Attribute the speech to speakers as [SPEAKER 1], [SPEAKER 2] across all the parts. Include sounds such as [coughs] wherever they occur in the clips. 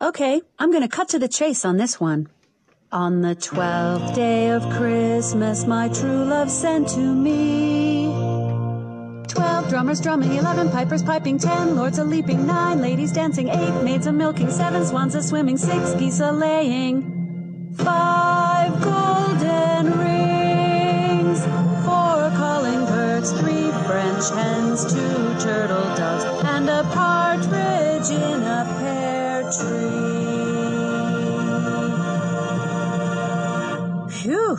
[SPEAKER 1] Okay, I'm going to cut to the chase on this one. On the twelfth day of Christmas, my true love sent to me. Twelve drummers drumming, eleven pipers piping, ten lords a leaping, nine ladies dancing, eight maids a milking, seven swans a swimming, six geese a laying, five golden rings, four calling birds, three French hens, two turtle doves, and a partridge in a pear tree. Phew!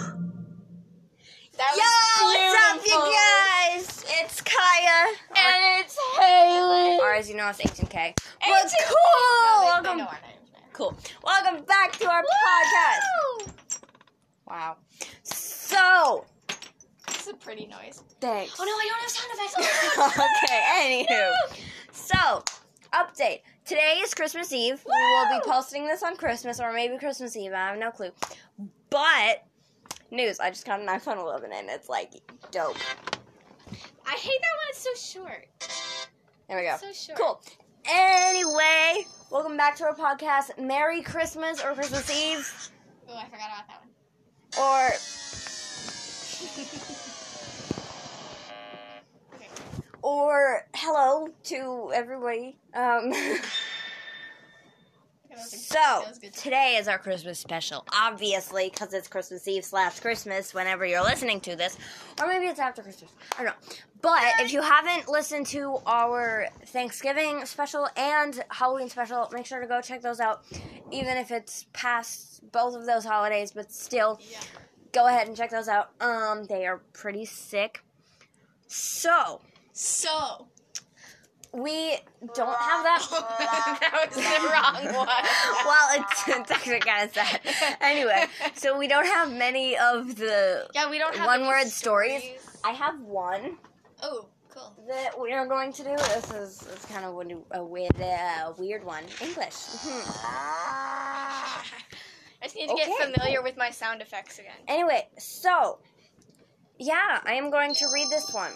[SPEAKER 2] That
[SPEAKER 3] Yo, what's up,
[SPEAKER 2] beautiful.
[SPEAKER 3] you guys? It's Kaya.
[SPEAKER 2] And it's Haley.
[SPEAKER 3] Or as you know, it's H&K.
[SPEAKER 2] And
[SPEAKER 3] We're
[SPEAKER 2] it's H&K.
[SPEAKER 3] cool.
[SPEAKER 2] No, they- they
[SPEAKER 3] Welcome,
[SPEAKER 2] know our names now.
[SPEAKER 3] cool. Welcome back to our podcast.
[SPEAKER 2] Woo!
[SPEAKER 3] Wow. So,
[SPEAKER 2] It's a pretty noise.
[SPEAKER 3] thanks.
[SPEAKER 2] Oh no, I don't have sound effects.
[SPEAKER 3] okay. Anywho, so update. Today is Christmas Eve. We will be
[SPEAKER 2] Woo!
[SPEAKER 3] posting this on Christmas or maybe Christmas Eve. I have no clue. But news. I just got an iPhone 11 and it's like dope.
[SPEAKER 2] [laughs] I hate that one. It's so short.
[SPEAKER 3] There we go.
[SPEAKER 2] So short.
[SPEAKER 3] Cool. Anyway, welcome back to our podcast. Merry Christmas or Christmas Eve
[SPEAKER 2] Oh, I forgot about that one.
[SPEAKER 3] or or hello to everybody. Um, [laughs]
[SPEAKER 2] Okay, that was a-
[SPEAKER 3] so
[SPEAKER 2] that was good.
[SPEAKER 3] today is our Christmas special, obviously, because it's Christmas Eve slash Christmas. Whenever you're listening to this, or maybe it's after Christmas. I don't know. But if you haven't listened to our Thanksgiving special and Halloween special, make sure to go check those out. Even if it's past both of those holidays, but still,
[SPEAKER 2] Yeah.
[SPEAKER 3] go ahead and check those out. Um, they are pretty sick. So
[SPEAKER 2] So. [laughs]
[SPEAKER 3] we don't have that.
[SPEAKER 2] that was the wrong one.
[SPEAKER 3] well, it's, [laughs] it's actually kind of sad. Anyway, so we don't have many of the.
[SPEAKER 2] Yeah, we don't have
[SPEAKER 3] One
[SPEAKER 2] any
[SPEAKER 3] word stories. I have one
[SPEAKER 2] Oh, cool.
[SPEAKER 3] that we are going to do. This is it's kind of a, a weird, uh, weird one. English. Mhm.
[SPEAKER 2] [laughs] I just need to get
[SPEAKER 3] Okay,
[SPEAKER 2] familiar with my sound effects again.
[SPEAKER 3] Anyway, so yeah, I am going to read this one.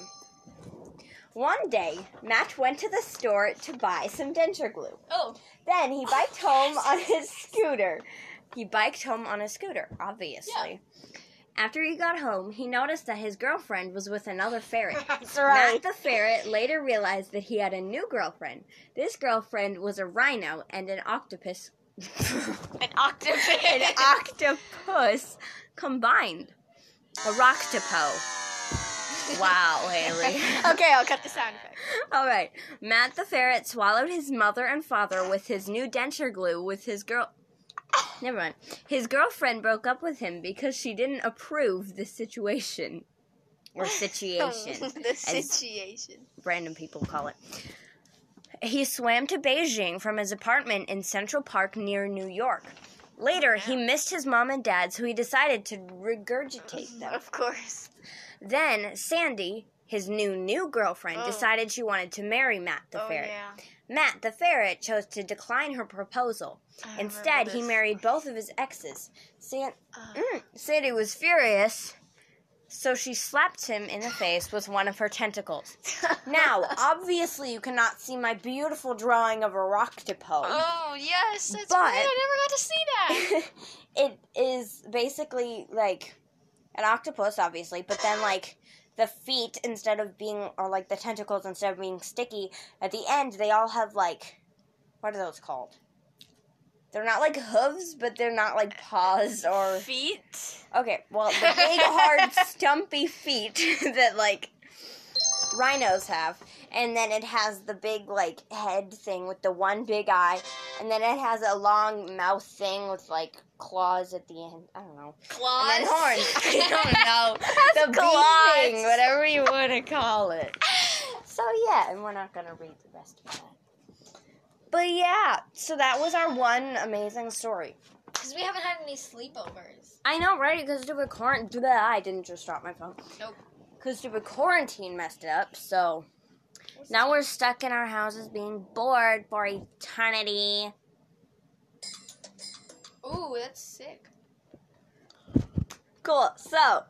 [SPEAKER 3] One day, Matt went to the store to buy some denture glue.
[SPEAKER 2] Oh,
[SPEAKER 3] Then he [laughs] biked home on his scooter. He biked home on his scooter, obviously. After he got home, he noticed that his girlfriend was with another ferret. [laughs]
[SPEAKER 2] that's
[SPEAKER 3] Matt the ferret later realized that he had a new girlfriend. This girlfriend was a rhino and an octopus. [laughs]
[SPEAKER 2] An octopus. [laughs]
[SPEAKER 3] an octopus combined. A roctopo. [laughs] Wow, Haley. [laughs]
[SPEAKER 2] okay, I'll cut the sound effect.
[SPEAKER 3] All right. Matt the ferret swallowed his mother and father with his new denture glue with his girl. [coughs] Never mind. His girlfriend broke up with him because she didn't approve the situation.
[SPEAKER 2] [laughs]
[SPEAKER 3] Or situation,
[SPEAKER 2] the
[SPEAKER 3] as-
[SPEAKER 2] situation.
[SPEAKER 3] random people call it. He swam to Beijing from his apartment in Central Park near New York. Later, he missed his mom and dad, so he decided to regurgitate
[SPEAKER 2] [laughs]
[SPEAKER 3] them.
[SPEAKER 2] Of course.
[SPEAKER 3] Then, Sandy, his new new girlfriend,
[SPEAKER 2] Oh.
[SPEAKER 3] decided she wanted to marry Matt the
[SPEAKER 2] oh
[SPEAKER 3] ferret.
[SPEAKER 2] yeah.
[SPEAKER 3] Matt, the ferret, chose to decline her proposal.
[SPEAKER 2] I
[SPEAKER 3] Instead,
[SPEAKER 2] remember
[SPEAKER 3] he
[SPEAKER 2] this.
[SPEAKER 3] married both of his exes. San-
[SPEAKER 2] Uh,
[SPEAKER 3] mm, Sandy was furious, so she slapped him in the face with one of her tentacles. Now, obviously, you cannot see my beautiful drawing of a rocktopode.
[SPEAKER 2] [laughs] oh yes, that's
[SPEAKER 3] But-
[SPEAKER 2] weird. I never got to see that.
[SPEAKER 3] [laughs] it is basically like an octopus, obviously, but then like the feet instead of being, or like the tentacles instead of being sticky, at the end they all have like, what are those called? They're not like hooves, but they're not like paws [laughs] or.
[SPEAKER 2] Feet.
[SPEAKER 3] Okay, well, the big, hard, stumpy feet [laughs] that like rhinos have, and then it has the big like head thing with the one big eye, and then it has a long mouth thing with like claws at the end. I don't know.
[SPEAKER 2] Claws.
[SPEAKER 3] And then horns.
[SPEAKER 2] [laughs]
[SPEAKER 3] I
[SPEAKER 2] That's
[SPEAKER 3] don't know. the
[SPEAKER 2] claws.
[SPEAKER 3] bee thing, whatever you want to call it. So yeah, and we're not gonna read the rest of that. But yeah, so that was our one amazing story.
[SPEAKER 2] Because we haven't had any sleepovers.
[SPEAKER 3] I know, right? Because stupid quarantine. I didn't just drop my phone.
[SPEAKER 2] Nope.
[SPEAKER 3] Because stupid quarantine messed it up. So now we're stuck in our houses being bored for eternity.
[SPEAKER 2] Ooh, that's sick.
[SPEAKER 3] Cool. So,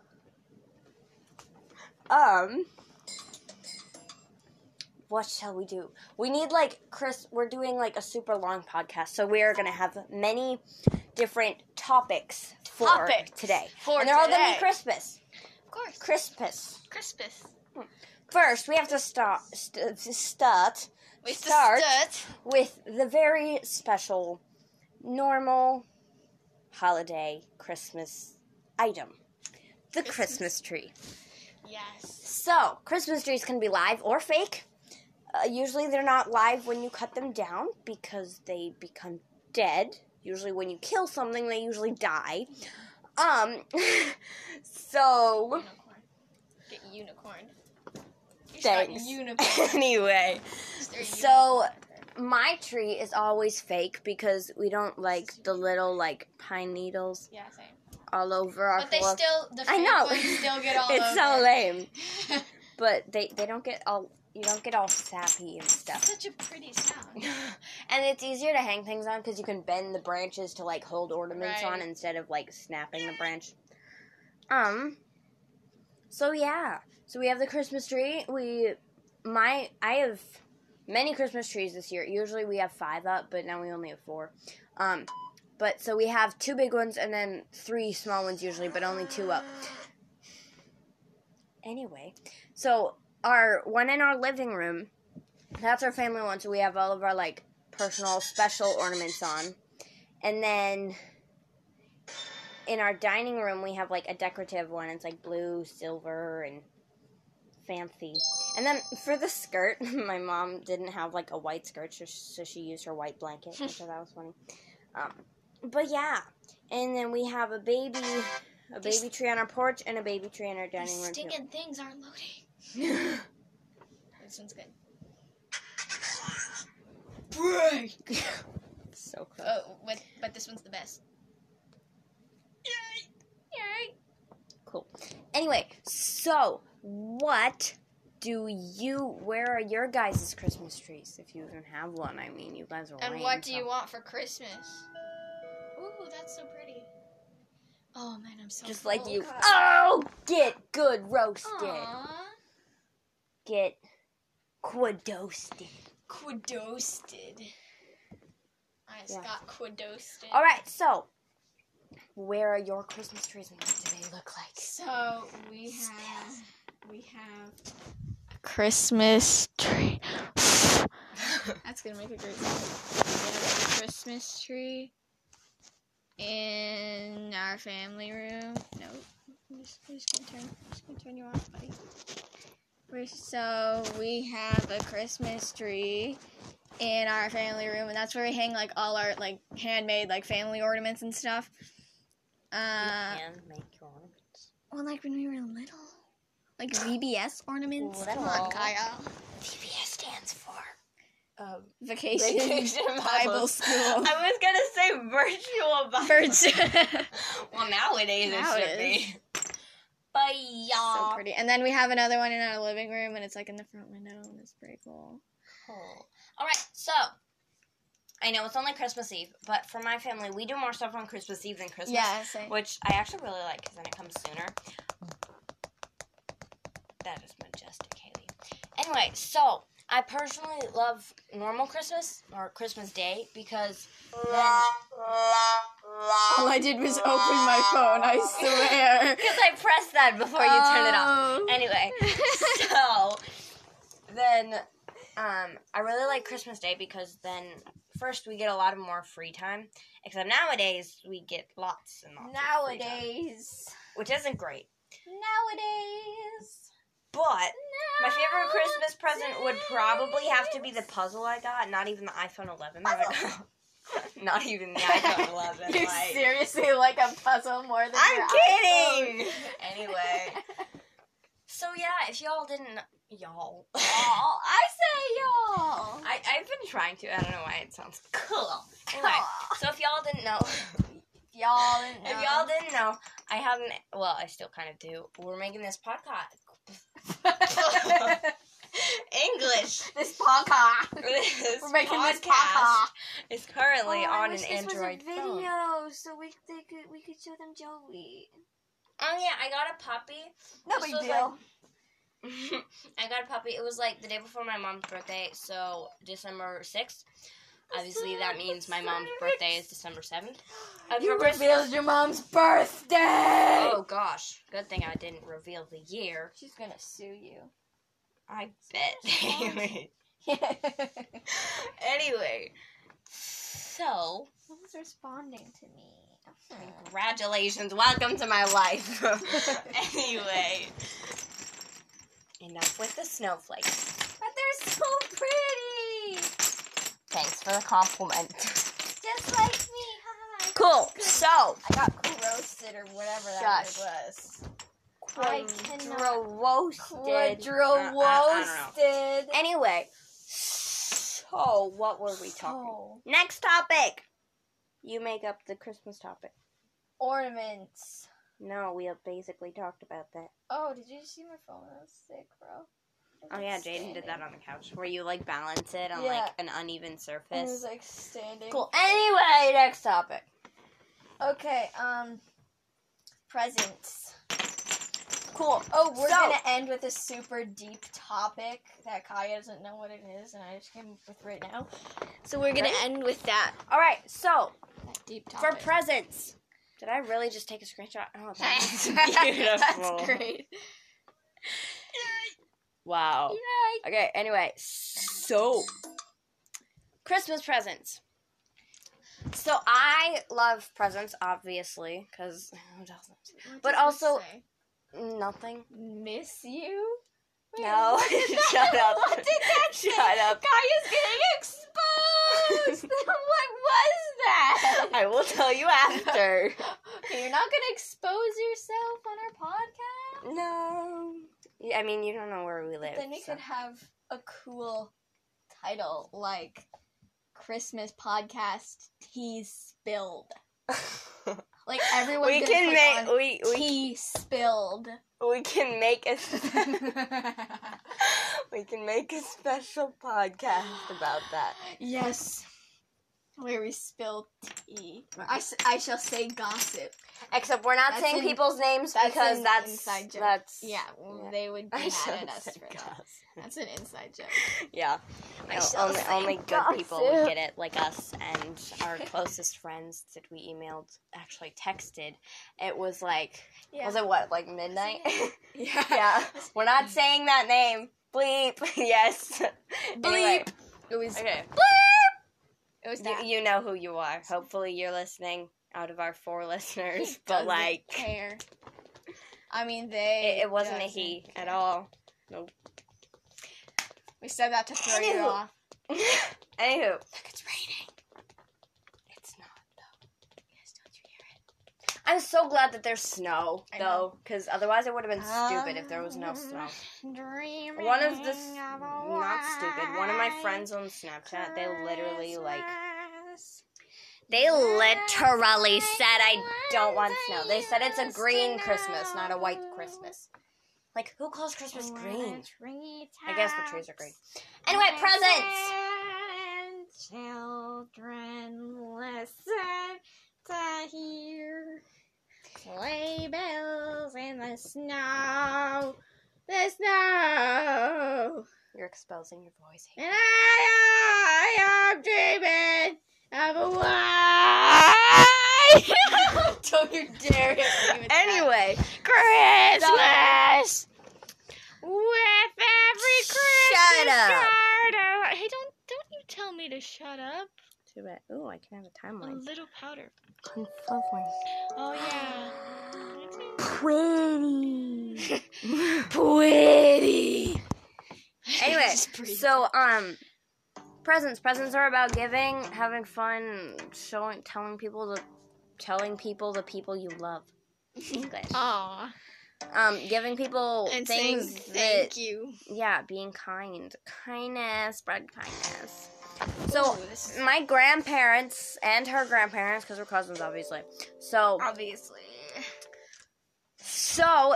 [SPEAKER 3] um, what shall we do? We need like Chris. We're doing like a super long podcast, so we are gonna have many different topics for
[SPEAKER 2] Topics
[SPEAKER 3] today.
[SPEAKER 2] for
[SPEAKER 3] and they're all gonna be
[SPEAKER 2] today.
[SPEAKER 3] Christmas.
[SPEAKER 2] Of course.
[SPEAKER 3] Christmas.
[SPEAKER 2] Crispus.
[SPEAKER 3] First, we have to start st- start
[SPEAKER 2] We
[SPEAKER 3] Start.
[SPEAKER 2] start. start.
[SPEAKER 3] with the very special, normal, holiday Christmas item, the Christmas tree.
[SPEAKER 2] Yes.
[SPEAKER 3] So, Christmas trees can be live or fake. Uh, usually, they're not live when you cut them down because they become dead. Usually, when you kill something, they usually die. Um, [laughs] so [laughs]
[SPEAKER 2] Unicorn. Get unicorn. You shot
[SPEAKER 3] thanks.
[SPEAKER 2] Unicorn.
[SPEAKER 3] anyway,
[SPEAKER 2] Is
[SPEAKER 3] [laughs]
[SPEAKER 2] there a
[SPEAKER 3] So-
[SPEAKER 2] unicorn?
[SPEAKER 3] my tree is always fake because we don't like the little like pine needles
[SPEAKER 2] Yeah, same.
[SPEAKER 3] all over our
[SPEAKER 2] But they
[SPEAKER 3] floor.
[SPEAKER 2] still, the
[SPEAKER 3] I
[SPEAKER 2] fake
[SPEAKER 3] know.
[SPEAKER 2] ones still get all
[SPEAKER 3] [laughs] it's so
[SPEAKER 2] over.
[SPEAKER 3] lame,
[SPEAKER 2] [laughs]
[SPEAKER 3] but they they don't get all you don't get all sappy and stuff.
[SPEAKER 2] Such a pretty sound.
[SPEAKER 3] [laughs] and it's easier to hang things on because you can bend the branches to like hold ornaments on
[SPEAKER 2] Right.
[SPEAKER 3] instead of like snapping the branch. Um. So yeah, so we have the Christmas tree. We, my, I have many Christmas trees this year. Usually we have five up, but now we only have four. Um, but so we have two big ones and then three small ones usually, but only two up. Anyway, so our one in our living room, that's our family one. So we have all of our like personal special ornaments on, and then in our dining room we have like a decorative one. It's like blue, silver, and fancy. And then for the skirt, [laughs] my mom didn't have like a white skirt, so- so she used her white blanket. so that was funny. Um, but yeah, and then we have a baby, a
[SPEAKER 2] These-
[SPEAKER 3] baby tree on our porch, and a baby tree in our dining
[SPEAKER 2] These
[SPEAKER 3] room. too.
[SPEAKER 2] stinking things aren't loading. This one's good. Break.
[SPEAKER 3] [laughs] so close.
[SPEAKER 2] Oh, but, but this one's the best. Yay! Yay!
[SPEAKER 3] Cool. Anyway, so what do you? Where are your guys' Christmas trees? If you even have one, I mean, you guys are.
[SPEAKER 2] And
[SPEAKER 3] lame,
[SPEAKER 2] what do you
[SPEAKER 3] so-
[SPEAKER 2] want for Christmas? Ooh, that's so pretty. Oh man, I'm so
[SPEAKER 3] Just like
[SPEAKER 2] full.
[SPEAKER 3] you.
[SPEAKER 2] God.
[SPEAKER 3] Oh, get good roasted.
[SPEAKER 2] Aw,
[SPEAKER 3] Get quadosted.
[SPEAKER 2] quidosted. I just
[SPEAKER 3] Yeah.
[SPEAKER 2] got quidosted.
[SPEAKER 3] All right, so where are your Christmas trees and what do they look like?
[SPEAKER 2] So we have we have a Christmas tree. [laughs] That's gonna make a great sound. We have a Christmas tree in our family room. No, I'm just, I'm just gonna turn. I'm just gonna turn you off, buddy. We're, so we have a Christmas tree in our family room, and that's where we hang like all our like handmade like family ornaments and stuff. Uh,
[SPEAKER 3] and make your ornaments.
[SPEAKER 2] well, like when we were little. Like
[SPEAKER 3] [laughs]
[SPEAKER 2] VBS ornaments. Come
[SPEAKER 3] Little.
[SPEAKER 2] on, Kyle.
[SPEAKER 3] VBS stands for. Um,
[SPEAKER 2] [laughs] Vacation, [laughs] Bible [laughs] School.
[SPEAKER 3] I was gonna say virtual Bible. [laughs]
[SPEAKER 2] Virgin.
[SPEAKER 3] Well, nowadays
[SPEAKER 2] Now
[SPEAKER 3] it should
[SPEAKER 2] it
[SPEAKER 3] be. But
[SPEAKER 2] [laughs] so
[SPEAKER 3] y'all.
[SPEAKER 2] pretty. And then we have another one in our living room, and it's like in the front window, and it's pretty cool.
[SPEAKER 3] All right, so I know it's only Christmas Eve, but for my family, we do more stuff on Christmas Eve than Christmas,
[SPEAKER 2] same.
[SPEAKER 3] which I actually really like because then it comes sooner. That is majestic, Haley. Anyway, so I personally love normal Christmas or Christmas Day because then
[SPEAKER 2] All I did was open my phone, I
[SPEAKER 3] [laughs]
[SPEAKER 2] swear.
[SPEAKER 3] because I press that before you turn
[SPEAKER 2] Oh.
[SPEAKER 3] it off.
[SPEAKER 2] [laughs]
[SPEAKER 3] Anyway, so then um, I really like Christmas Day because then first we get a lot of more free time. Except nowadays we get lots and lots. of free time,
[SPEAKER 2] Nowadays.
[SPEAKER 3] which isn't great.
[SPEAKER 2] Nowadays.
[SPEAKER 3] But my favorite
[SPEAKER 2] [laughs]
[SPEAKER 3] Christmas present would probably have to be the puzzle I got. Not even the iPhone 11. that I got. [laughs] not even the iPhone
[SPEAKER 2] [laughs]
[SPEAKER 3] 11.
[SPEAKER 2] You
[SPEAKER 3] like-
[SPEAKER 2] seriously like a puzzle more than your
[SPEAKER 3] I'm
[SPEAKER 2] iPhone?
[SPEAKER 3] kidding.
[SPEAKER 2] [laughs]
[SPEAKER 3] anyway. So yeah, if y'all didn't y'all
[SPEAKER 2] Y'all. I say y'all.
[SPEAKER 3] I, I've been trying to, I don't know why it sounds cool. Anyway, so if y'all didn't know [laughs]
[SPEAKER 2] Y'all. didn't
[SPEAKER 3] if
[SPEAKER 2] know.
[SPEAKER 3] y'all didn't know, I haven't well, I still kinda do. We're making this [laughs] podcast. English.
[SPEAKER 2] this podcast.
[SPEAKER 3] This
[SPEAKER 2] We're making this
[SPEAKER 3] podcast
[SPEAKER 2] podcast.
[SPEAKER 3] is currently
[SPEAKER 4] Oh, I
[SPEAKER 3] on
[SPEAKER 4] wish
[SPEAKER 3] an
[SPEAKER 4] this was a
[SPEAKER 3] Android phone.
[SPEAKER 4] video, so we they could we could show them Joey.
[SPEAKER 3] Oh yeah, I got a puppy. [laughs]
[SPEAKER 4] No
[SPEAKER 3] This
[SPEAKER 4] big
[SPEAKER 3] was
[SPEAKER 4] deal.
[SPEAKER 3] I got a puppy. It was like the day before my mom's birthday, so December 6th. Obviously, that means my mom's birthday is December 7th. Uh, for Christmas-
[SPEAKER 4] your mom's birthday.
[SPEAKER 3] Oh gosh, good thing I didn't reveal the year.
[SPEAKER 2] She's gonna sue you.
[SPEAKER 3] [laughs] I
[SPEAKER 2] [laughs]
[SPEAKER 3] bet. anyway, so
[SPEAKER 2] No one's responding to me.
[SPEAKER 3] Hmm. congratulations, welcome to my
[SPEAKER 2] [laughs]
[SPEAKER 3] life. anyway, enough with the snowflakes.
[SPEAKER 2] But they're so pretty!
[SPEAKER 3] Thanks for the compliment.
[SPEAKER 2] Just like me, hi!
[SPEAKER 3] Cool. So,
[SPEAKER 2] I got roasted or whatever that
[SPEAKER 3] Shush.
[SPEAKER 2] word was. I cannot-
[SPEAKER 3] quadro roasted.
[SPEAKER 2] Quadro roasted!
[SPEAKER 3] Anyway, so what were we talking?
[SPEAKER 2] Oh,
[SPEAKER 3] Next topic. You make up the Christmas topic.
[SPEAKER 2] ornaments.
[SPEAKER 3] No, we have basically talked about that.
[SPEAKER 2] Oh, did you see my phone? That was sick, bro.
[SPEAKER 3] Oh yeah, Jaden did that on the couch where you like balance it on like
[SPEAKER 2] Yeah.
[SPEAKER 3] an uneven
[SPEAKER 2] It was
[SPEAKER 3] surface.
[SPEAKER 2] like standing.
[SPEAKER 3] Cool. Anyway, next topic.
[SPEAKER 2] Okay, um, presents.
[SPEAKER 3] Cool.
[SPEAKER 2] Oh, we're
[SPEAKER 3] So-
[SPEAKER 2] gonna end with a super deep topic that Kaya doesn't know what it is, and I just came up with right now. So we're gonna
[SPEAKER 3] Right?
[SPEAKER 2] end with that,
[SPEAKER 3] All right. So
[SPEAKER 2] that deep
[SPEAKER 3] for
[SPEAKER 2] topic.
[SPEAKER 3] presents, did I really just take a screenshot? Oh, [laughs] that's [laughs]
[SPEAKER 2] That's
[SPEAKER 3] beautiful.
[SPEAKER 2] great.
[SPEAKER 3] Wow.
[SPEAKER 2] Yay.
[SPEAKER 3] Okay. Anyway, so Christmas presents. So I love presents, obviously, because [laughs] who doesn't?
[SPEAKER 2] What
[SPEAKER 3] But
[SPEAKER 2] does it
[SPEAKER 3] also-
[SPEAKER 2] say?
[SPEAKER 3] Nothing.
[SPEAKER 2] miss you. Wait,
[SPEAKER 3] No. [laughs]
[SPEAKER 2] what did that-
[SPEAKER 3] Shut up.
[SPEAKER 2] What did that
[SPEAKER 3] [laughs]
[SPEAKER 2] say?
[SPEAKER 3] Shut up.
[SPEAKER 2] Kaya's getting exposed. [laughs] what was that?
[SPEAKER 3] [laughs] I will tell you after.
[SPEAKER 2] Okay, you're not gonna expose yourself on our
[SPEAKER 3] [laughs]
[SPEAKER 2] podcast.
[SPEAKER 3] No. Yeah, I mean, you don't know where we live.
[SPEAKER 2] then we
[SPEAKER 3] so-
[SPEAKER 2] could have a cool title like Christmas podcast tea spilled.
[SPEAKER 3] [laughs]
[SPEAKER 2] Like everyone
[SPEAKER 3] we can make we, we
[SPEAKER 2] tea spilled.
[SPEAKER 3] we can make a [laughs] we can make a special [gasps] podcast about that.
[SPEAKER 2] Yes. Where we spill tea. I, s- I shall say gossip.
[SPEAKER 3] Except we're not
[SPEAKER 2] That's
[SPEAKER 3] saying
[SPEAKER 2] an-
[SPEAKER 3] people's names
[SPEAKER 2] that's
[SPEAKER 3] because
[SPEAKER 2] an
[SPEAKER 3] that's
[SPEAKER 2] inside joke.
[SPEAKER 3] that's
[SPEAKER 2] Yeah,
[SPEAKER 3] yeah.
[SPEAKER 2] they would
[SPEAKER 3] [laughs]
[SPEAKER 2] be
[SPEAKER 3] I
[SPEAKER 2] mad
[SPEAKER 3] shall
[SPEAKER 2] at us
[SPEAKER 3] say
[SPEAKER 2] for that.
[SPEAKER 3] gossip.
[SPEAKER 2] That's an inside joke.
[SPEAKER 3] Yeah. Oh,
[SPEAKER 2] I
[SPEAKER 3] No,
[SPEAKER 2] shall
[SPEAKER 3] only
[SPEAKER 2] say
[SPEAKER 3] only good people
[SPEAKER 2] gossip.
[SPEAKER 3] get it, like us and
[SPEAKER 2] [laughs]
[SPEAKER 3] our closest friends that we emailed, actually texted. It was like,
[SPEAKER 2] Yeah.
[SPEAKER 3] was it what, like midnight?
[SPEAKER 2] [laughs] yeah.
[SPEAKER 3] yeah, [laughs] we're not saying that name. Bleep. [laughs] yes. Anyway,
[SPEAKER 2] It was
[SPEAKER 3] Okay.
[SPEAKER 2] it was
[SPEAKER 3] You,
[SPEAKER 2] that.
[SPEAKER 3] you know who you are. Hopefully, you're listening out of our four [laughs] listeners,
[SPEAKER 2] He
[SPEAKER 3] but
[SPEAKER 2] doesn't
[SPEAKER 3] like,
[SPEAKER 2] care. [laughs] I mean,
[SPEAKER 3] it,
[SPEAKER 2] they.
[SPEAKER 3] it wasn't a
[SPEAKER 2] doesn't
[SPEAKER 3] he
[SPEAKER 2] care.
[SPEAKER 3] at all. [laughs]
[SPEAKER 2] We said that to throw you
[SPEAKER 3] Anywho.
[SPEAKER 2] off.
[SPEAKER 3] Anywho, look, it's raining. It's not though. Yes, don't you hear it? I'm so glad that there's snow
[SPEAKER 2] I
[SPEAKER 3] though, because otherwise it would have been stupid if there was no
[SPEAKER 2] Um,
[SPEAKER 3] snow.
[SPEAKER 2] Dreaming.
[SPEAKER 3] One of the s- not stupid. One of my friends on Snapchat, they literally like They literally said I don't want snow. They said it's a green Christmas, not a white Christmas. Like, who calls Christmas green? I guess the trees are green. Anyway, presents!
[SPEAKER 2] presents. Children, listen to hear sleigh bells in the snow. The snow.
[SPEAKER 3] You're exposing your voice. [laughs]
[SPEAKER 2] And I, I am dreaming of a wife. Don't you dare hit me with
[SPEAKER 3] Anyway,
[SPEAKER 2] that. [laughs] Christmas. With every
[SPEAKER 3] Shut up.
[SPEAKER 2] Christmas card I- Hey, don't don't you tell me to shut up.
[SPEAKER 3] too bad. Ooh, I can have a
[SPEAKER 2] A
[SPEAKER 3] timeline.
[SPEAKER 2] little powder.
[SPEAKER 3] Confirming.
[SPEAKER 2] Oh yeah.
[SPEAKER 1] Pretty.
[SPEAKER 3] [laughs] Pretty. Anyway,
[SPEAKER 2] [laughs] It's pretty.
[SPEAKER 3] so um, presents. Presents are about giving, having fun, showing, telling people the, telling people the people you love. English.
[SPEAKER 2] [laughs] Aw.
[SPEAKER 3] Um, giving people
[SPEAKER 2] And saying
[SPEAKER 3] things
[SPEAKER 2] thank
[SPEAKER 3] that
[SPEAKER 2] you.
[SPEAKER 3] yeah, being kind, kindness, spread kindness.
[SPEAKER 2] So
[SPEAKER 3] So my grandparents and her grandparents, because we're cousins, obviously. So
[SPEAKER 2] obviously.
[SPEAKER 3] so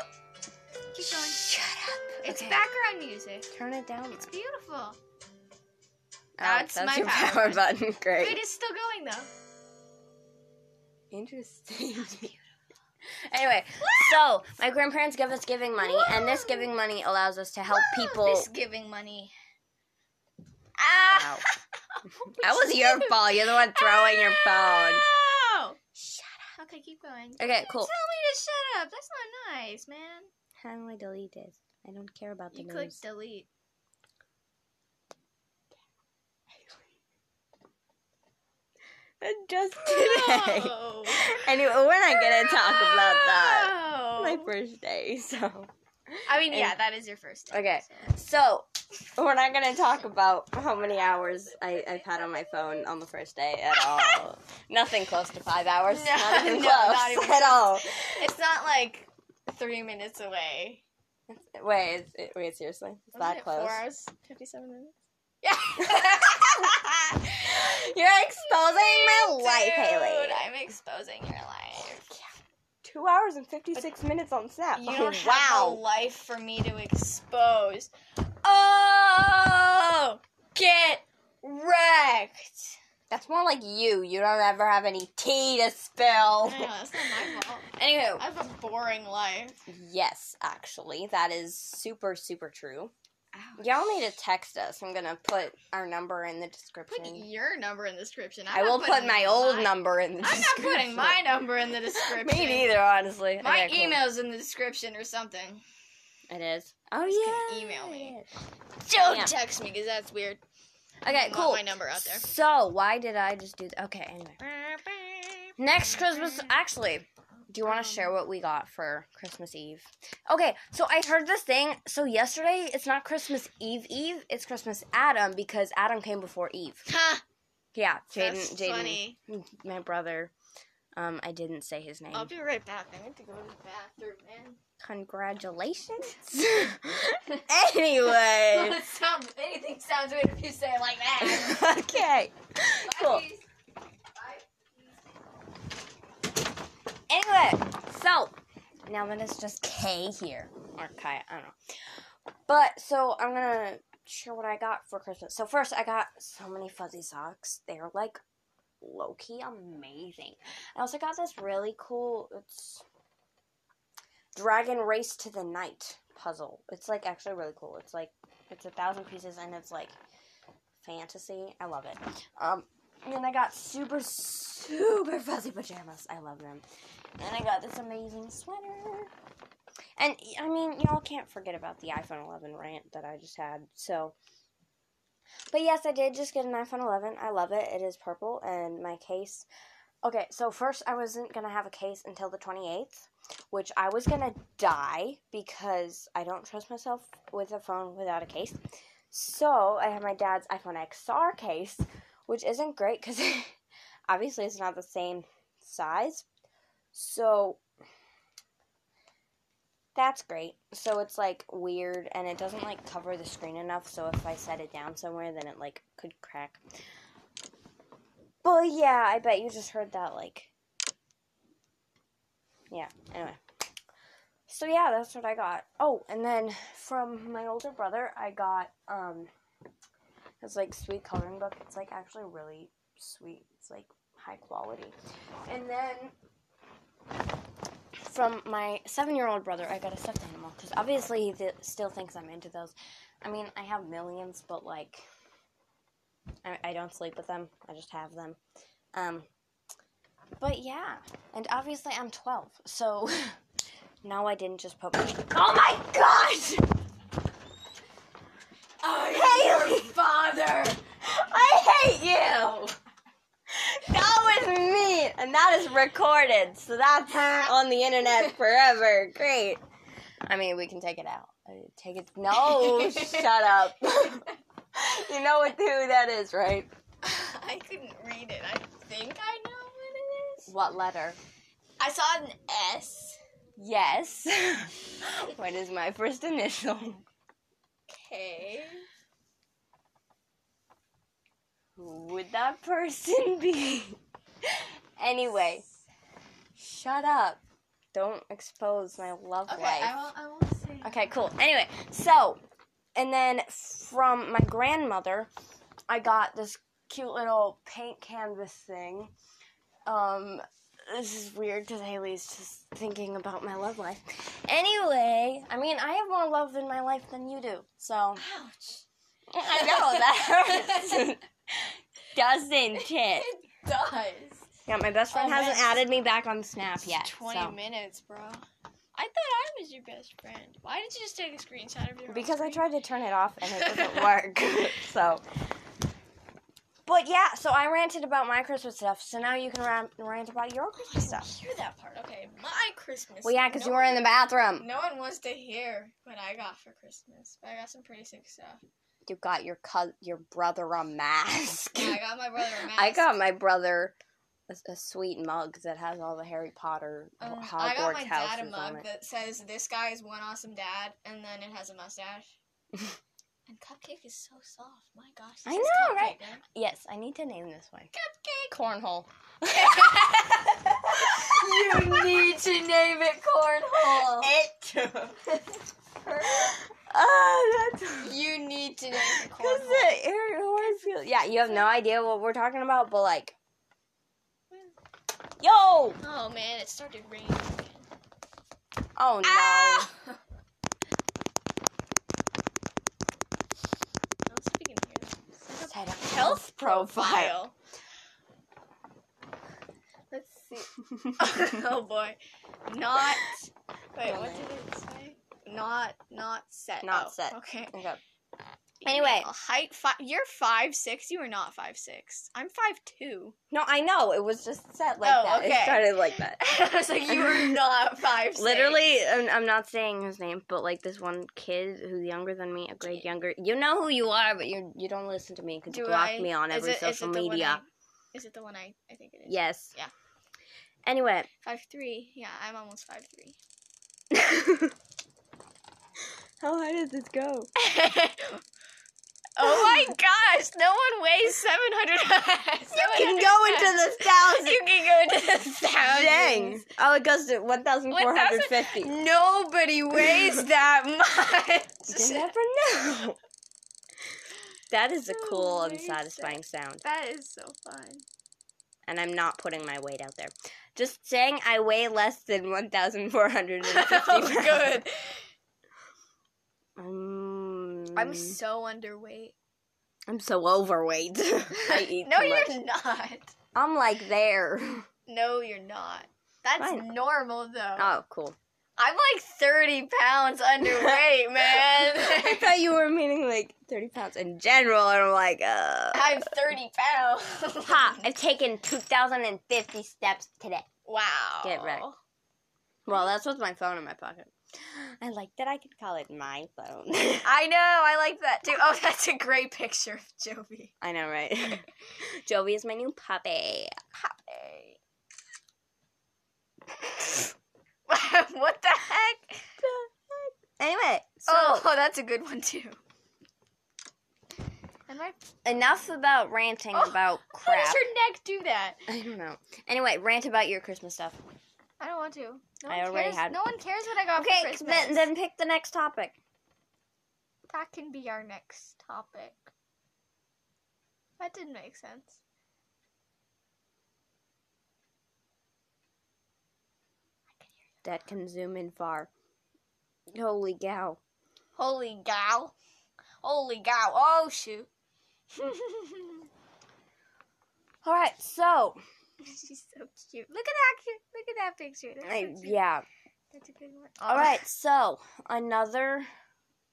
[SPEAKER 2] Keep going.
[SPEAKER 3] shut up.
[SPEAKER 2] It's
[SPEAKER 3] Okay.
[SPEAKER 2] background music.
[SPEAKER 3] Turn it down.
[SPEAKER 2] It's
[SPEAKER 3] then. Oh,
[SPEAKER 2] beautiful. That's my
[SPEAKER 3] your
[SPEAKER 2] power
[SPEAKER 3] power button. [laughs] Great.
[SPEAKER 2] Wait, it's still going though.
[SPEAKER 3] [laughs] Interesting. Anyway, so my grandparents give us giving money, and this giving money allows us to help people.
[SPEAKER 2] This giving Ah, money. Ah!
[SPEAKER 3] Wow. [laughs] That was your fault. You're the one throwing your phone.
[SPEAKER 2] Ow! Shut up. Okay, keep going.
[SPEAKER 3] Okay, cool.
[SPEAKER 2] Tell me to shut up. That's not nice, man.
[SPEAKER 3] How do I delete it? I don't care about the
[SPEAKER 2] You click
[SPEAKER 3] news. [laughs]
[SPEAKER 2] delete.
[SPEAKER 3] That's just
[SPEAKER 2] No.
[SPEAKER 3] [laughs] anyway, we're not gonna talk about [laughs] that.
[SPEAKER 2] No.
[SPEAKER 3] My first day, so.
[SPEAKER 2] I mean,
[SPEAKER 3] and-
[SPEAKER 2] yeah, that is your first. time,
[SPEAKER 3] Okay.
[SPEAKER 2] so.
[SPEAKER 3] So, we're not going to talk about how many hours I, I've had on my phone on the first day at all. [laughs] Nothing close to five hours.
[SPEAKER 2] No,
[SPEAKER 3] not [laughs] even
[SPEAKER 2] no,
[SPEAKER 3] close
[SPEAKER 2] not even
[SPEAKER 3] at all.
[SPEAKER 2] It's not like three minutes away.
[SPEAKER 3] Wait, it's, it, wait, seriously? It's
[SPEAKER 2] Wasn't
[SPEAKER 3] that
[SPEAKER 2] it
[SPEAKER 3] close? [laughs]
[SPEAKER 2] Four hours, fifty-seven minutes.
[SPEAKER 3] You're exposing my life,
[SPEAKER 2] Dude,
[SPEAKER 3] Haley.
[SPEAKER 2] I'm exposing your life.
[SPEAKER 3] Two hours and 56 minutes on Snap. Oh,
[SPEAKER 2] You don't have a
[SPEAKER 3] Uh, wow.
[SPEAKER 2] life for me to expose. Oh, get wrecked.
[SPEAKER 3] That's more like you. You don't ever have any tea to spill.
[SPEAKER 2] No, that's not my fault.
[SPEAKER 3] [laughs] Anywho.
[SPEAKER 2] I have a boring life.
[SPEAKER 3] Yes, actually, that is super, super true. Y'all need to text us. I'm gonna put our number in the description.
[SPEAKER 2] Put your number in the description. I'm
[SPEAKER 3] I
[SPEAKER 2] not
[SPEAKER 3] will put
[SPEAKER 2] putting
[SPEAKER 3] my old
[SPEAKER 2] mine-
[SPEAKER 3] number in the
[SPEAKER 2] I'm not
[SPEAKER 3] description.
[SPEAKER 2] putting my number in the description.
[SPEAKER 3] [laughs] Me neither, honestly.
[SPEAKER 2] My
[SPEAKER 3] Okay, cool.
[SPEAKER 2] email's in the description or something.
[SPEAKER 3] It is. Oh
[SPEAKER 2] Just
[SPEAKER 3] yeah.
[SPEAKER 2] gonna email me.
[SPEAKER 3] Yeah.
[SPEAKER 2] Don't text me because that's weird. I
[SPEAKER 3] Okay,
[SPEAKER 2] don't
[SPEAKER 3] cool.
[SPEAKER 2] Want my number out there.
[SPEAKER 3] So why did I just do that? Okay, anyway. Next Christmas, actually, do you
[SPEAKER 2] Um.
[SPEAKER 3] want to share what we got for Christmas Eve? Okay, so I heard this thing. So yesterday, it's not Christmas Eve Eve. It's Christmas Adam because Adam came before Eve.
[SPEAKER 2] Ha!
[SPEAKER 3] Yeah,
[SPEAKER 2] That's
[SPEAKER 3] Jaden. Jaden.
[SPEAKER 2] funny.
[SPEAKER 3] My brother. Um, I didn't say his name.
[SPEAKER 2] I'll be right back. I need to go to the bathroom, man. [laughs]
[SPEAKER 3] Congratulations. [laughs] anyway. [laughs]
[SPEAKER 2] It sounds- anything sounds weird if you say it like that.
[SPEAKER 3] okay. Cool. Anyway, so now that it's just K here or Kai, I don't know. But so I'm gonna share what I got for Christmas. So first, I got so many fuzzy socks. They're like low key amazing. I also got this really cool. It's Dragon Race to the Night puzzle. It's like actually really cool. It's like it's a thousand pieces and it's like fantasy. I love it. Um, and then I got super super fuzzy pajamas. I love them. And I got this amazing sweater. And I mean, y'all can't forget about the iPhone 11 rant that I just had. So, but yes, I did just get an iPhone 11. I love it. It is purple, and my case. Okay, so first I wasn't gonna have a case until the 28th, which I was gonna die because I don't trust myself with a phone without a case. So I have my dad's iPhone XR case, which isn't great because [laughs] obviously it's not the same size. So that's great. So it's like weird and it doesn't like cover the screen enough. So if I set it down somewhere, then it like could crack. But yeah, I bet you just heard that like. Yeah, anyway. So yeah, that's what I got. Oh, and then from my older brother, I got um it's like sweet coloring book. It's like actually really sweet. It's like high quality. And then from my seven-year-old brother, I got a stuffed animal because obviously he th- still thinks I'm into those. I mean, I have millions, but like, I, I don't sleep with them. I just have them. Um, but yeah, and obviously I'm 12, so [laughs] no, I didn't just put my. Oh my gosh!
[SPEAKER 4] I am your father.
[SPEAKER 3] I hate you. That was me, and that is recorded, so that's on the internet forever. Great. I mean, we can take it out. Uh, Take it. No, shut up. you know what, who that is, right?
[SPEAKER 2] [laughs] I couldn't read it. I think I know what it is.
[SPEAKER 3] What letter?
[SPEAKER 2] I saw an S
[SPEAKER 3] Yes. [laughs] what is my first initial?
[SPEAKER 2] K.
[SPEAKER 3] Who would that person be? anyway, shut up. Don't expose my love
[SPEAKER 2] Okay,
[SPEAKER 3] life.
[SPEAKER 2] I won't. I won't say.
[SPEAKER 3] Okay, cool. Anyway, so, and then from my grandmother, I got this cute little paint canvas thing. Um, this is weird because Haley's just thinking about my love life. Anyway, I mean, I have more love in my life than you do, so.
[SPEAKER 2] Ouch.
[SPEAKER 3] I know that hurts. [laughs] Doesn't it?
[SPEAKER 4] does.
[SPEAKER 3] Yeah, my best friend
[SPEAKER 2] Oh,
[SPEAKER 3] hasn't
[SPEAKER 2] man.
[SPEAKER 3] added me back on Snap yet.
[SPEAKER 2] 20
[SPEAKER 3] so.
[SPEAKER 2] minutes, bro. I thought I was your best friend. Why did you just take a screenshot of your own
[SPEAKER 3] Because I
[SPEAKER 2] screen?
[SPEAKER 3] tried to turn it off and
[SPEAKER 2] [laughs]
[SPEAKER 3] it doesn't work. [laughs] so. But yeah, so I ranted about my Christmas stuff, so now you can rant, rant about your Christmas
[SPEAKER 2] I
[SPEAKER 3] stuff.
[SPEAKER 2] hear that part. Okay, my Christmas.
[SPEAKER 3] Well, yeah, because
[SPEAKER 2] No
[SPEAKER 3] you were in the bathroom.
[SPEAKER 2] [laughs] No one wants to hear what I got for Christmas, but I got some pretty sick stuff.
[SPEAKER 3] You got your co- your brother a mask.
[SPEAKER 2] Yeah, I [laughs] got my brother a
[SPEAKER 3] [laughs]
[SPEAKER 2] mask.
[SPEAKER 3] I got my brother a, a sweet mug that has all the Harry Potter
[SPEAKER 2] Um,
[SPEAKER 3] Hogwarts
[SPEAKER 2] I got my dad a
[SPEAKER 3] houses on
[SPEAKER 2] mug
[SPEAKER 3] it.
[SPEAKER 2] that says "This guy is one awesome dad," and then it has a mustache. and cupcake is so soft. My gosh. this
[SPEAKER 3] I
[SPEAKER 2] is
[SPEAKER 3] know,
[SPEAKER 2] cupcake,
[SPEAKER 3] right?
[SPEAKER 2] man.
[SPEAKER 3] Yes, I need to name this one.
[SPEAKER 2] Cupcake.
[SPEAKER 3] Cornhole. [laughs]
[SPEAKER 2] [laughs]
[SPEAKER 4] You need to name it
[SPEAKER 2] [laughs]
[SPEAKER 4] cornhole.
[SPEAKER 3] it. [laughs] oh, that's
[SPEAKER 2] You need to
[SPEAKER 3] [laughs]
[SPEAKER 2] name it
[SPEAKER 3] because
[SPEAKER 2] cornhole.
[SPEAKER 3] the Aaron Horsfield. Yeah, you have no idea what we're talking about, but like, yo.
[SPEAKER 2] Oh man, it started raining. Again.
[SPEAKER 3] Oh no.
[SPEAKER 2] Ah!
[SPEAKER 3] [laughs]
[SPEAKER 2] I don't think you can hear that. It's like a [laughs]
[SPEAKER 3] Set a health profile.
[SPEAKER 2] pile. Let's see.
[SPEAKER 3] [laughs]
[SPEAKER 2] [laughs] oh boy, not. Wait, what did it say? Not, not set.
[SPEAKER 3] Not
[SPEAKER 2] Oh,
[SPEAKER 3] set.
[SPEAKER 2] Okay.
[SPEAKER 3] okay. Anyway.
[SPEAKER 2] Yeah, height five. You're five six. You are not five six. I'm five
[SPEAKER 3] [laughs]
[SPEAKER 2] two.
[SPEAKER 3] No, I know. It was just set like
[SPEAKER 2] Oh,
[SPEAKER 3] that. It
[SPEAKER 2] okay.
[SPEAKER 3] started like that.
[SPEAKER 2] [laughs] I was like, you
[SPEAKER 3] [laughs]
[SPEAKER 2] are not five. six.
[SPEAKER 3] Literally, I'm, I'm not saying his name, but like this one kid who's younger than me, a grade younger. You know who you are, but you you don't listen to me because you
[SPEAKER 2] Do
[SPEAKER 3] block
[SPEAKER 2] I-
[SPEAKER 3] me on
[SPEAKER 2] is
[SPEAKER 3] every
[SPEAKER 2] it- is
[SPEAKER 3] social
[SPEAKER 2] it the one
[SPEAKER 3] media.
[SPEAKER 2] I- Is it the one I? I think it is.
[SPEAKER 3] Yes.
[SPEAKER 2] Yeah.
[SPEAKER 3] Anyway,
[SPEAKER 2] Five three. Yeah, I'm almost five three.
[SPEAKER 3] how high does this go?
[SPEAKER 2] [laughs] oh my gosh! No one weighs seven hundred. [laughs]
[SPEAKER 3] You can go into the thousands.
[SPEAKER 2] You can go into the
[SPEAKER 3] Dang!
[SPEAKER 2] thousands.
[SPEAKER 3] [laughs] Oh, it goes to one thousand four hundred fifty.
[SPEAKER 2] [laughs] Nobody weighs that [laughs]
[SPEAKER 3] You
[SPEAKER 2] much.
[SPEAKER 3] never know. That is a
[SPEAKER 2] Oh,
[SPEAKER 3] cool and
[SPEAKER 2] amazing.
[SPEAKER 3] satisfying sound.
[SPEAKER 2] That is so
[SPEAKER 3] [laughs]
[SPEAKER 2] fun.
[SPEAKER 3] and I'm not putting my weight out there. Just saying I weigh less than
[SPEAKER 2] [laughs]
[SPEAKER 3] 1,450 pounds.
[SPEAKER 2] Oh, good.
[SPEAKER 3] Mm,
[SPEAKER 2] I'm so underweight.
[SPEAKER 3] I'm so overweight. [laughs] I
[SPEAKER 2] [laughs]
[SPEAKER 3] eat
[SPEAKER 2] no,
[SPEAKER 3] too
[SPEAKER 2] you're
[SPEAKER 3] much.
[SPEAKER 2] not.
[SPEAKER 3] I'm like there. [laughs]
[SPEAKER 2] No, you're not. That's
[SPEAKER 3] Fine.
[SPEAKER 2] normal though.
[SPEAKER 3] Oh, cool.
[SPEAKER 2] I'm like 30
[SPEAKER 3] [laughs]
[SPEAKER 2] pounds underweight, [laughs] man. [laughs]
[SPEAKER 3] I thought you were meaning like 30 pounds in general, and I'm like, uh.
[SPEAKER 2] I'm 30 pounds.
[SPEAKER 3] Ha! I've taken 2,050 steps today.
[SPEAKER 2] [laughs] Wow.
[SPEAKER 3] Get wrecked. Well, that's with my phone in my pocket. I like that I can call it my phone. [laughs]
[SPEAKER 2] I know. I like that too. Oh, [laughs] that's a great picture of Joby.
[SPEAKER 3] I know, right? [laughs] Jovi is my new puppy.
[SPEAKER 2] [laughs] what the heck?
[SPEAKER 3] Anyway, so
[SPEAKER 2] oh, oh, that's a good one too. And my
[SPEAKER 3] enough about ranting
[SPEAKER 2] Oh,
[SPEAKER 3] about
[SPEAKER 2] how does
[SPEAKER 3] crap.
[SPEAKER 2] her neck do that?
[SPEAKER 3] I don't know. Anyway, rant about your Christmas stuff.
[SPEAKER 2] I don't want to. No
[SPEAKER 3] I
[SPEAKER 2] one
[SPEAKER 3] already
[SPEAKER 2] cares.
[SPEAKER 3] had-
[SPEAKER 2] No one cares what I got for
[SPEAKER 3] Okay,
[SPEAKER 2] Christmas.
[SPEAKER 3] then, then pick the next topic.
[SPEAKER 2] That can be our next topic. That didn't make sense.
[SPEAKER 3] That can zoom in far. Holy cow.
[SPEAKER 2] Holy gal. Holy gal. Oh, shoot.
[SPEAKER 3] All right, so
[SPEAKER 2] [laughs] She's so cute. Look at that cute. Look at that picture. That's
[SPEAKER 3] I,
[SPEAKER 2] so cute.
[SPEAKER 3] yeah.
[SPEAKER 2] That's a good one.
[SPEAKER 3] All right, so another.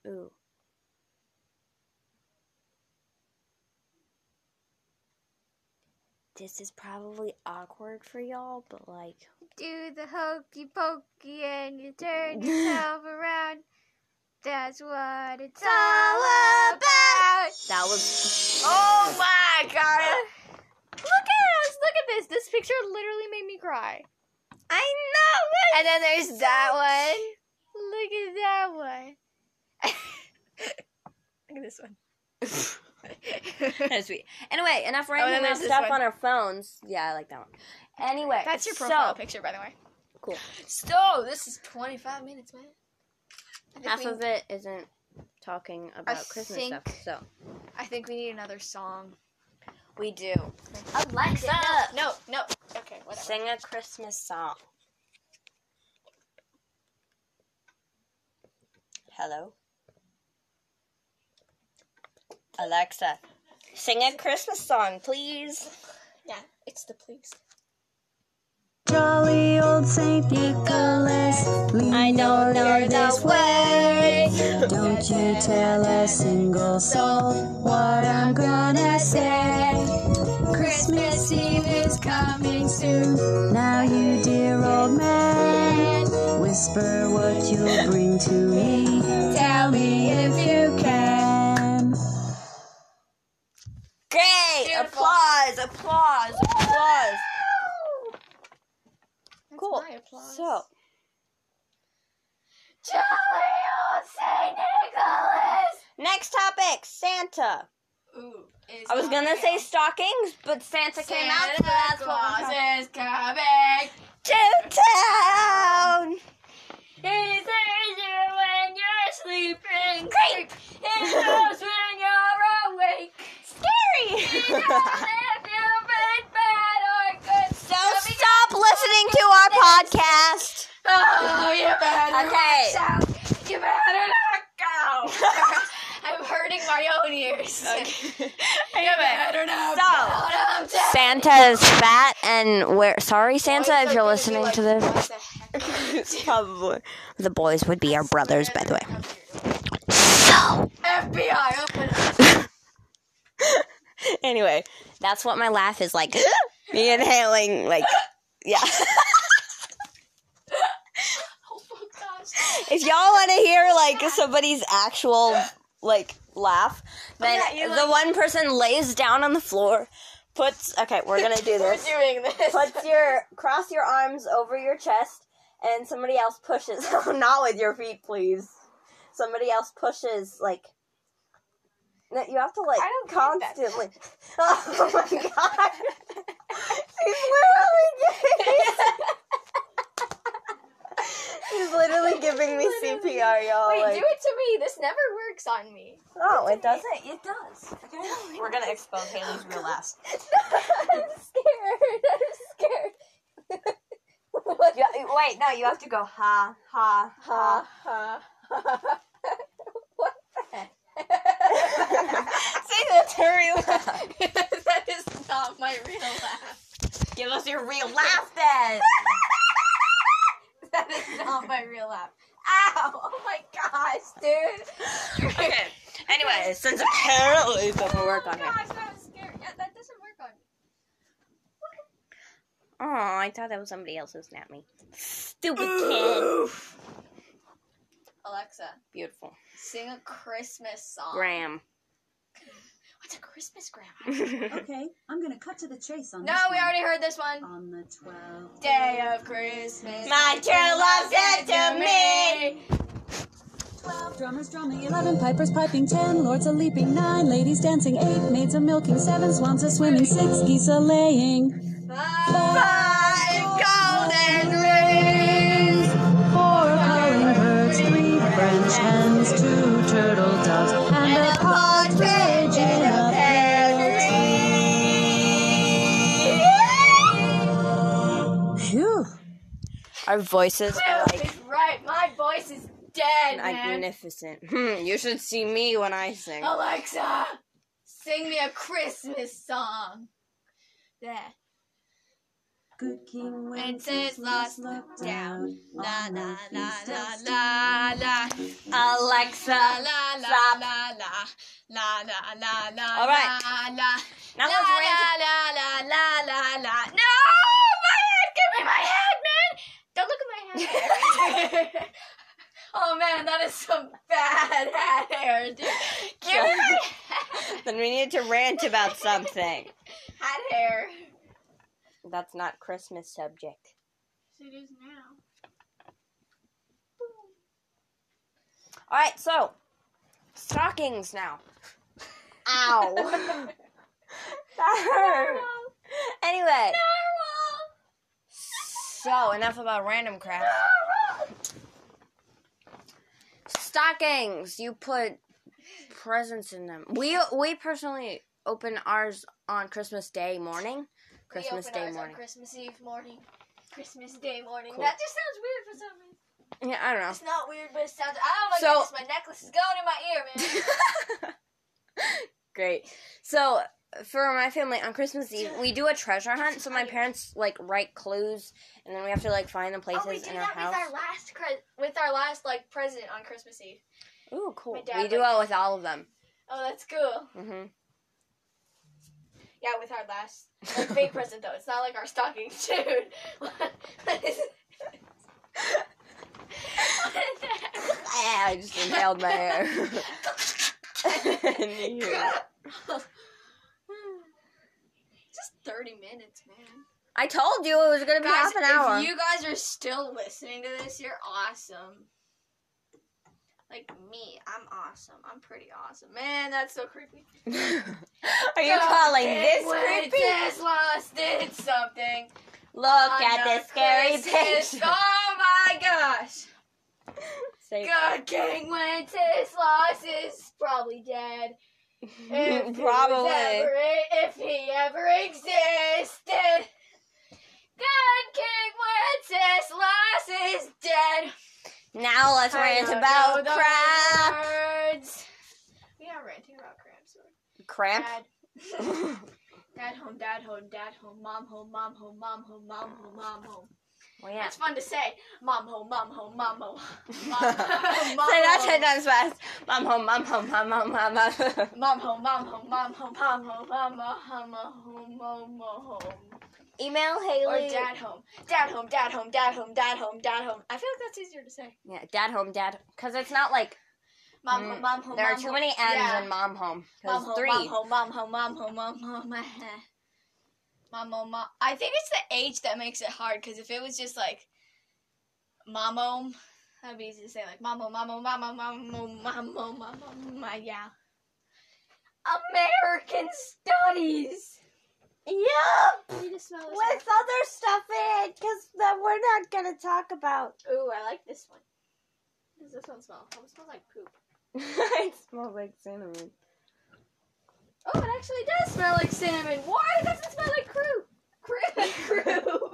[SPEAKER 3] Ooh. This is probably awkward for y'all, but like,
[SPEAKER 2] Do the hokey pokey and you
[SPEAKER 3] [laughs]
[SPEAKER 2] turn yourself around. That's what it's all about.
[SPEAKER 3] that was
[SPEAKER 2] Oh my god. Look at us. Look at this. This picture literally made me cry.
[SPEAKER 3] I know.
[SPEAKER 2] And then there's that one. Look at that one. [laughs] Look at this one.
[SPEAKER 3] That's sweet. Anyway, enough
[SPEAKER 2] Oh, then
[SPEAKER 3] random
[SPEAKER 2] there's this
[SPEAKER 3] stuff
[SPEAKER 2] one.
[SPEAKER 3] on our phones. Yeah, I like that one. Anyway,
[SPEAKER 2] [laughs] That's your profile
[SPEAKER 3] So,
[SPEAKER 2] picture, by the way.
[SPEAKER 3] cool.
[SPEAKER 2] So this is 25 minutes, man. I think,
[SPEAKER 3] Half
[SPEAKER 2] we,
[SPEAKER 3] of it isn't talking about Christmas
[SPEAKER 2] think-
[SPEAKER 3] stuff. So
[SPEAKER 2] I think we need another song.
[SPEAKER 3] we do.
[SPEAKER 2] No, no. Okay, whatever.
[SPEAKER 3] Sing a Christmas song. Hello? Alexa, sing a Christmas song, please.
[SPEAKER 5] Yeah, it's the please.
[SPEAKER 1] Jolly old Saint Nicholas, lean
[SPEAKER 3] I don't know
[SPEAKER 1] your ear this
[SPEAKER 3] the
[SPEAKER 1] way. Don't you tell a single soul what I'm gonna say. Christmas Eve is coming soon. Now you dear old man, whisper what you'll bring to me. Tell me if you can.
[SPEAKER 3] Great!
[SPEAKER 5] Beautiful.
[SPEAKER 3] Applause, applause, applause.
[SPEAKER 5] That's
[SPEAKER 3] Cool.
[SPEAKER 5] my applause.
[SPEAKER 3] So, next topic Santa.
[SPEAKER 2] Ooh, it's
[SPEAKER 3] I was gonna
[SPEAKER 2] coming.
[SPEAKER 3] say stockings, but Santa, came out, so that's what we're talking-
[SPEAKER 2] Santa Claus is coming.
[SPEAKER 3] to town.
[SPEAKER 2] He's there when you're sleeping. Creep. He knows when you're awake. [laughs]
[SPEAKER 3] Scary.
[SPEAKER 2] If you've been bad or good.
[SPEAKER 3] so stop listening to our podcast.
[SPEAKER 2] Oh, you better
[SPEAKER 3] Okay.
[SPEAKER 2] watch out. You better [laughs] not go. I'm hurting my own ears. You better not
[SPEAKER 3] So
[SPEAKER 2] go.
[SPEAKER 3] Santa is fat and we're sorry, Santa, if
[SPEAKER 5] They're gonna
[SPEAKER 3] you're
[SPEAKER 5] be
[SPEAKER 3] listening
[SPEAKER 5] like,
[SPEAKER 3] to
[SPEAKER 5] "What
[SPEAKER 3] this.
[SPEAKER 5] the heck?"
[SPEAKER 3] [laughs] Probably the boys would be our brothers, by the way.
[SPEAKER 2] FBI, open up.
[SPEAKER 3] anyway, that's what my laugh is like. [laughs] Me inhaling, like, yeah.
[SPEAKER 2] [laughs] Oh my gosh.
[SPEAKER 3] if y'all want to hear like somebody's actual like laugh, then
[SPEAKER 2] Yeah, you're
[SPEAKER 3] the one person lays down on the floor, puts. Okay, we're gonna do this.
[SPEAKER 2] Doing this.
[SPEAKER 3] Puts [laughs] your cross your arms over your chest, and somebody else pushes. [laughs] Not with your feet, please. Somebody else pushes like. No, you have to like
[SPEAKER 2] I don't like
[SPEAKER 3] constantly.
[SPEAKER 2] that.
[SPEAKER 3] [laughs] Oh my god! She's literally giving me. [laughs] She's literally giving me CPR, y'all.
[SPEAKER 2] [laughs] Wait,
[SPEAKER 3] like,
[SPEAKER 2] do it to me. This never works on me. [laughs]
[SPEAKER 3] No, it doesn't. It does. We're gonna expose Haley's real last.
[SPEAKER 2] I'm scared. I'm scared.
[SPEAKER 3] wait, no, you have to go ha ha ha. [laughs] See [laughs] that's her real laugh.
[SPEAKER 2] [laughs] that is not my real laugh. [laughs]
[SPEAKER 3] Give us your real laugh then.
[SPEAKER 2] That is not my real laugh. Ow! Oh my gosh, dude.
[SPEAKER 3] okay. Anyway, since apparently it doesn't work on
[SPEAKER 2] oh
[SPEAKER 3] it.
[SPEAKER 2] gosh, that was scary. Yeah, that doesn't work on me.
[SPEAKER 3] Oh, I thought that was somebody else who snapped me. Stupid kid.
[SPEAKER 2] Alexa,
[SPEAKER 3] Beautiful.
[SPEAKER 2] sing a Christmas song.
[SPEAKER 3] Graham.
[SPEAKER 2] What's a Christmas grandma?
[SPEAKER 1] Okay, I'm gonna cut to the chase on
[SPEAKER 2] No,
[SPEAKER 1] this
[SPEAKER 2] we
[SPEAKER 1] one.
[SPEAKER 2] already heard this one.
[SPEAKER 1] On the 12th
[SPEAKER 2] Day of Christmas.
[SPEAKER 3] My true love said to me.
[SPEAKER 1] 12 drummers drumming, 11 pipers piping, 10 lords a leaping, 9 ladies dancing, 8 maids a milking, 7 swans a swimming, 6 geese a laying,
[SPEAKER 3] Five golden
[SPEAKER 1] 4
[SPEAKER 3] rings.
[SPEAKER 1] hummingbirds, 3 French hens, 2 turtle doves, and a partridge in a pear tree. Phew.
[SPEAKER 3] Our voices are like
[SPEAKER 2] It's right. My voice is dead, man.
[SPEAKER 3] magnificent. [laughs] Hmm, you should see me when I sing.
[SPEAKER 2] Alexa, sing me a Christmas song. There.
[SPEAKER 1] Good King
[SPEAKER 2] Wenceslas
[SPEAKER 1] Wenceslas looked down
[SPEAKER 2] La
[SPEAKER 1] on
[SPEAKER 2] la
[SPEAKER 1] the
[SPEAKER 2] la
[SPEAKER 1] feast
[SPEAKER 2] la
[SPEAKER 1] of
[SPEAKER 2] la la
[SPEAKER 3] Alexa,
[SPEAKER 2] la la
[SPEAKER 3] stop.
[SPEAKER 2] la la la la la la.
[SPEAKER 3] All right.
[SPEAKER 2] La la
[SPEAKER 3] Now
[SPEAKER 2] la
[SPEAKER 3] let's rant.
[SPEAKER 2] la la la la la. No, my head! Give me my head, man! Don't look at my [laughs] head. oh man, that is some bad head hair, dude. Give me my head,
[SPEAKER 3] Then we need to rant about something.
[SPEAKER 2] head hair.
[SPEAKER 3] That's not Christmas subject.
[SPEAKER 2] It is now.
[SPEAKER 3] All right, so stockings
[SPEAKER 2] [laughs]
[SPEAKER 3] now. Ow. that hurt. Anyway. So enough about random crap. Stockings. You put presents in them. We we personally open ours on Christmas Day morning. Christmas
[SPEAKER 2] we open
[SPEAKER 3] Day
[SPEAKER 2] ours
[SPEAKER 3] morning.
[SPEAKER 2] on Christmas Eve morning. Christmas Day morning.
[SPEAKER 3] Cool.
[SPEAKER 2] That just sounds weird for some reason.
[SPEAKER 3] yeah, I don't know.
[SPEAKER 2] It's not weird, but it sounds. Oh my
[SPEAKER 3] So-
[SPEAKER 2] goodness, my necklace is going in my ear, man.
[SPEAKER 3] Great. So for my family on Christmas Eve, we do a treasure hunt. So my parents like write clues, and then we have to like find the [laughs] places
[SPEAKER 2] oh, we do
[SPEAKER 3] in our
[SPEAKER 2] that with
[SPEAKER 3] house.
[SPEAKER 2] our last cre- with our last like present on Christmas Eve.
[SPEAKER 3] Ooh, cool.
[SPEAKER 2] my dad,
[SPEAKER 3] We do
[SPEAKER 2] like-
[SPEAKER 3] it with all of them.
[SPEAKER 2] Oh, that's cool.
[SPEAKER 3] hmm
[SPEAKER 2] Yeah, with our last
[SPEAKER 3] [laughs]
[SPEAKER 2] like big present though. It's not like our stocking, [laughs] dude. what is that?
[SPEAKER 3] I just inhaled my
[SPEAKER 2] [laughs]
[SPEAKER 3] air. [laughs] And you-
[SPEAKER 2] [laughs] Just thirty minutes, man.
[SPEAKER 3] I told you it was gonna be
[SPEAKER 2] Guys,
[SPEAKER 3] half an hour.
[SPEAKER 2] if you guys are still listening to this, you're awesome. Like me, I'm awesome. I'm pretty awesome. Man, that's so creepy.
[SPEAKER 3] [laughs] Are you calling this creepy?
[SPEAKER 2] Princess Lost did something.
[SPEAKER 3] Look
[SPEAKER 2] on
[SPEAKER 3] at
[SPEAKER 2] the
[SPEAKER 3] this scary
[SPEAKER 2] Christmas-
[SPEAKER 3] picture.
[SPEAKER 2] Oh my gosh.
[SPEAKER 3] [laughs] Say-
[SPEAKER 2] God, King Wenceslas is probably dead.
[SPEAKER 3] [laughs]
[SPEAKER 2] If he was
[SPEAKER 3] Probably.
[SPEAKER 2] ever- if he ever existed. God, King Wenceslas is dead.
[SPEAKER 3] Now let's
[SPEAKER 2] I
[SPEAKER 3] rant
[SPEAKER 2] don't
[SPEAKER 3] about
[SPEAKER 2] know those
[SPEAKER 3] crap.
[SPEAKER 2] Words. We are ranting about cramps.
[SPEAKER 3] Cramp.
[SPEAKER 2] Dad, dad home, dad home, dad home, mom home, mom home, mom home, mom home, mom home.
[SPEAKER 3] [laughs] well, yeah.
[SPEAKER 2] That's fun to say. Mom home, mom home, mom home. Mom
[SPEAKER 3] [laughs] Say
[SPEAKER 2] home, mom
[SPEAKER 3] that
[SPEAKER 2] home.
[SPEAKER 3] ten times fast. Mom home, mom home, mom home, mom home. [laughs]
[SPEAKER 2] Mom home, mom home, mom home, mom home, mom home, mom home, mom home.
[SPEAKER 3] Email
[SPEAKER 2] Or
[SPEAKER 3] Haley.
[SPEAKER 2] dad home, dad home, dad home, dad home, dad home, dad home. I feel like that's easier to say.
[SPEAKER 3] Yeah, dad home, dad. Because it's not like
[SPEAKER 2] Mom
[SPEAKER 3] Mm,
[SPEAKER 2] home, mom home.
[SPEAKER 3] there are
[SPEAKER 2] mom
[SPEAKER 3] too
[SPEAKER 2] home.
[SPEAKER 3] many M's
[SPEAKER 2] Yeah.
[SPEAKER 3] in mom home.
[SPEAKER 2] Mom
[SPEAKER 3] Because
[SPEAKER 2] home,
[SPEAKER 3] three.
[SPEAKER 2] mom home, mom home, mom home, mom home, mom home, mom. I think it's the age that makes it hard because if it was just like mom home, that'd be easy to say like mom home, mom home, mom home, mom home, mom home, mom home, my- yeah. American studies.
[SPEAKER 3] Yup.
[SPEAKER 2] You just smell
[SPEAKER 3] With other stuff in it, because that we're not gonna talk about.
[SPEAKER 2] Ooh, I like this one. What does this one smell? Oh, it smells like poop.
[SPEAKER 3] it smells like [laughs] cinnamon.
[SPEAKER 2] Oh, it actually does smell like cinnamon. Why does it smell like crew? Crew. crew.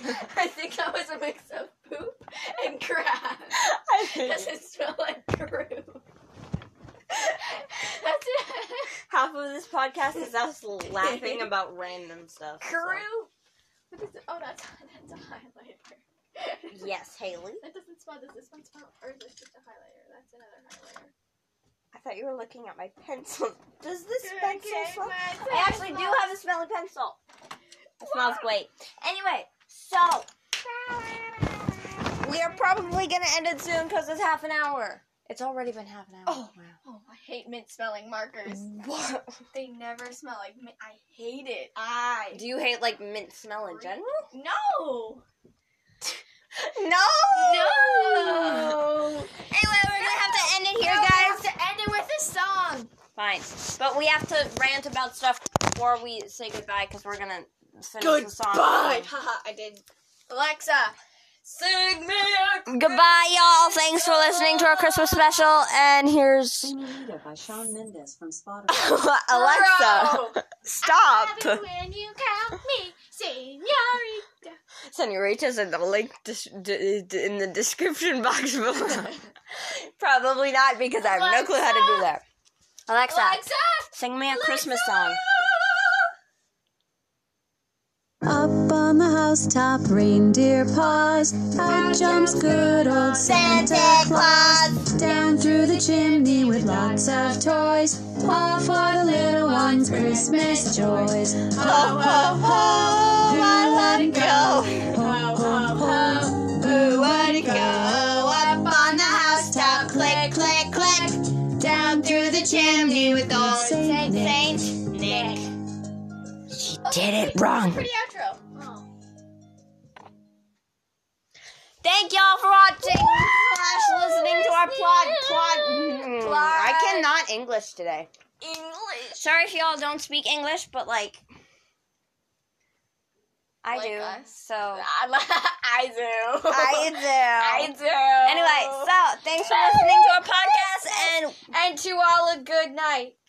[SPEAKER 2] [laughs] I think that was a mix of poop and crap. Does it smell like crew? [laughs] That's it.
[SPEAKER 3] Half of this podcast is us [laughs] laughing about random stuff. so.
[SPEAKER 2] Crew. What is it? Oh, that's that's a highlighter. [laughs]
[SPEAKER 3] Yes, Haley.
[SPEAKER 2] That doesn't smell. Does this one smell? Or is this just a highlighter? That's another highlighter.
[SPEAKER 3] I thought you were looking at my pencil. Does this
[SPEAKER 2] Good
[SPEAKER 3] pencil
[SPEAKER 2] cake,
[SPEAKER 3] smell?
[SPEAKER 2] my
[SPEAKER 3] I actually do
[SPEAKER 2] pencil.
[SPEAKER 3] have a smelly pencil. It smells great. Anyway, so we are probably gonna end it soon because it's half an hour. It's already been half an hour.
[SPEAKER 2] Oh. Oh, I hate mint smelling markers.
[SPEAKER 3] What?
[SPEAKER 2] They never smell like mint. I hate it. I
[SPEAKER 3] Do you hate like mint smell in general? No.
[SPEAKER 2] no.
[SPEAKER 3] [laughs]
[SPEAKER 2] No.
[SPEAKER 3] Anyway, we're gonna have to end it here,
[SPEAKER 2] No, we
[SPEAKER 3] guys.
[SPEAKER 2] have to end it with a song.
[SPEAKER 3] Fine, but we have to rant about stuff before we say goodbye because we're gonna finish the song.
[SPEAKER 2] Goodbye. Haha, I did. Alexa, sing me a
[SPEAKER 3] Goodbye, y'all. Thanks for listening to our Christmas special. And here's [laughs]
[SPEAKER 1] Senorita by Sean Mendes from Spotify.
[SPEAKER 3] Alexa.
[SPEAKER 2] [laughs] crow.
[SPEAKER 3] Stop.
[SPEAKER 2] Love it when you count me, senorita.
[SPEAKER 3] [laughs] Senoritas in the link dis- d- d- in the description box
[SPEAKER 1] [laughs]
[SPEAKER 3] below. Probably not because I have no clue how to do that. Alexa,
[SPEAKER 2] Alexa,
[SPEAKER 3] sing me a Christmas song.
[SPEAKER 1] Up on the housetop, reindeer paws. Out jumps good old Santa Claus. Down through the chimney with lots of toys. All for the little ones' Christmas joys. Ho, ho, ho, I let it
[SPEAKER 3] Oh,
[SPEAKER 1] go. Ho, ho, ho, ooh, let it go. Up on the housetop, click, click, click. Down through the chimney with old Saint Nick.
[SPEAKER 3] Did it wrong.
[SPEAKER 2] pretty outro. Oh.
[SPEAKER 3] Thank y'all for watching slash listening to our plot plot. Mm, I cannot English today.
[SPEAKER 2] English.
[SPEAKER 3] Sorry if y'all don't speak English, but like I
[SPEAKER 2] Like
[SPEAKER 3] do.
[SPEAKER 2] us. [laughs]
[SPEAKER 3] So
[SPEAKER 2] I do.
[SPEAKER 3] I do.
[SPEAKER 2] [laughs] I do.
[SPEAKER 3] Anyway, so thanks for listening to our podcast and
[SPEAKER 2] and to all a good night.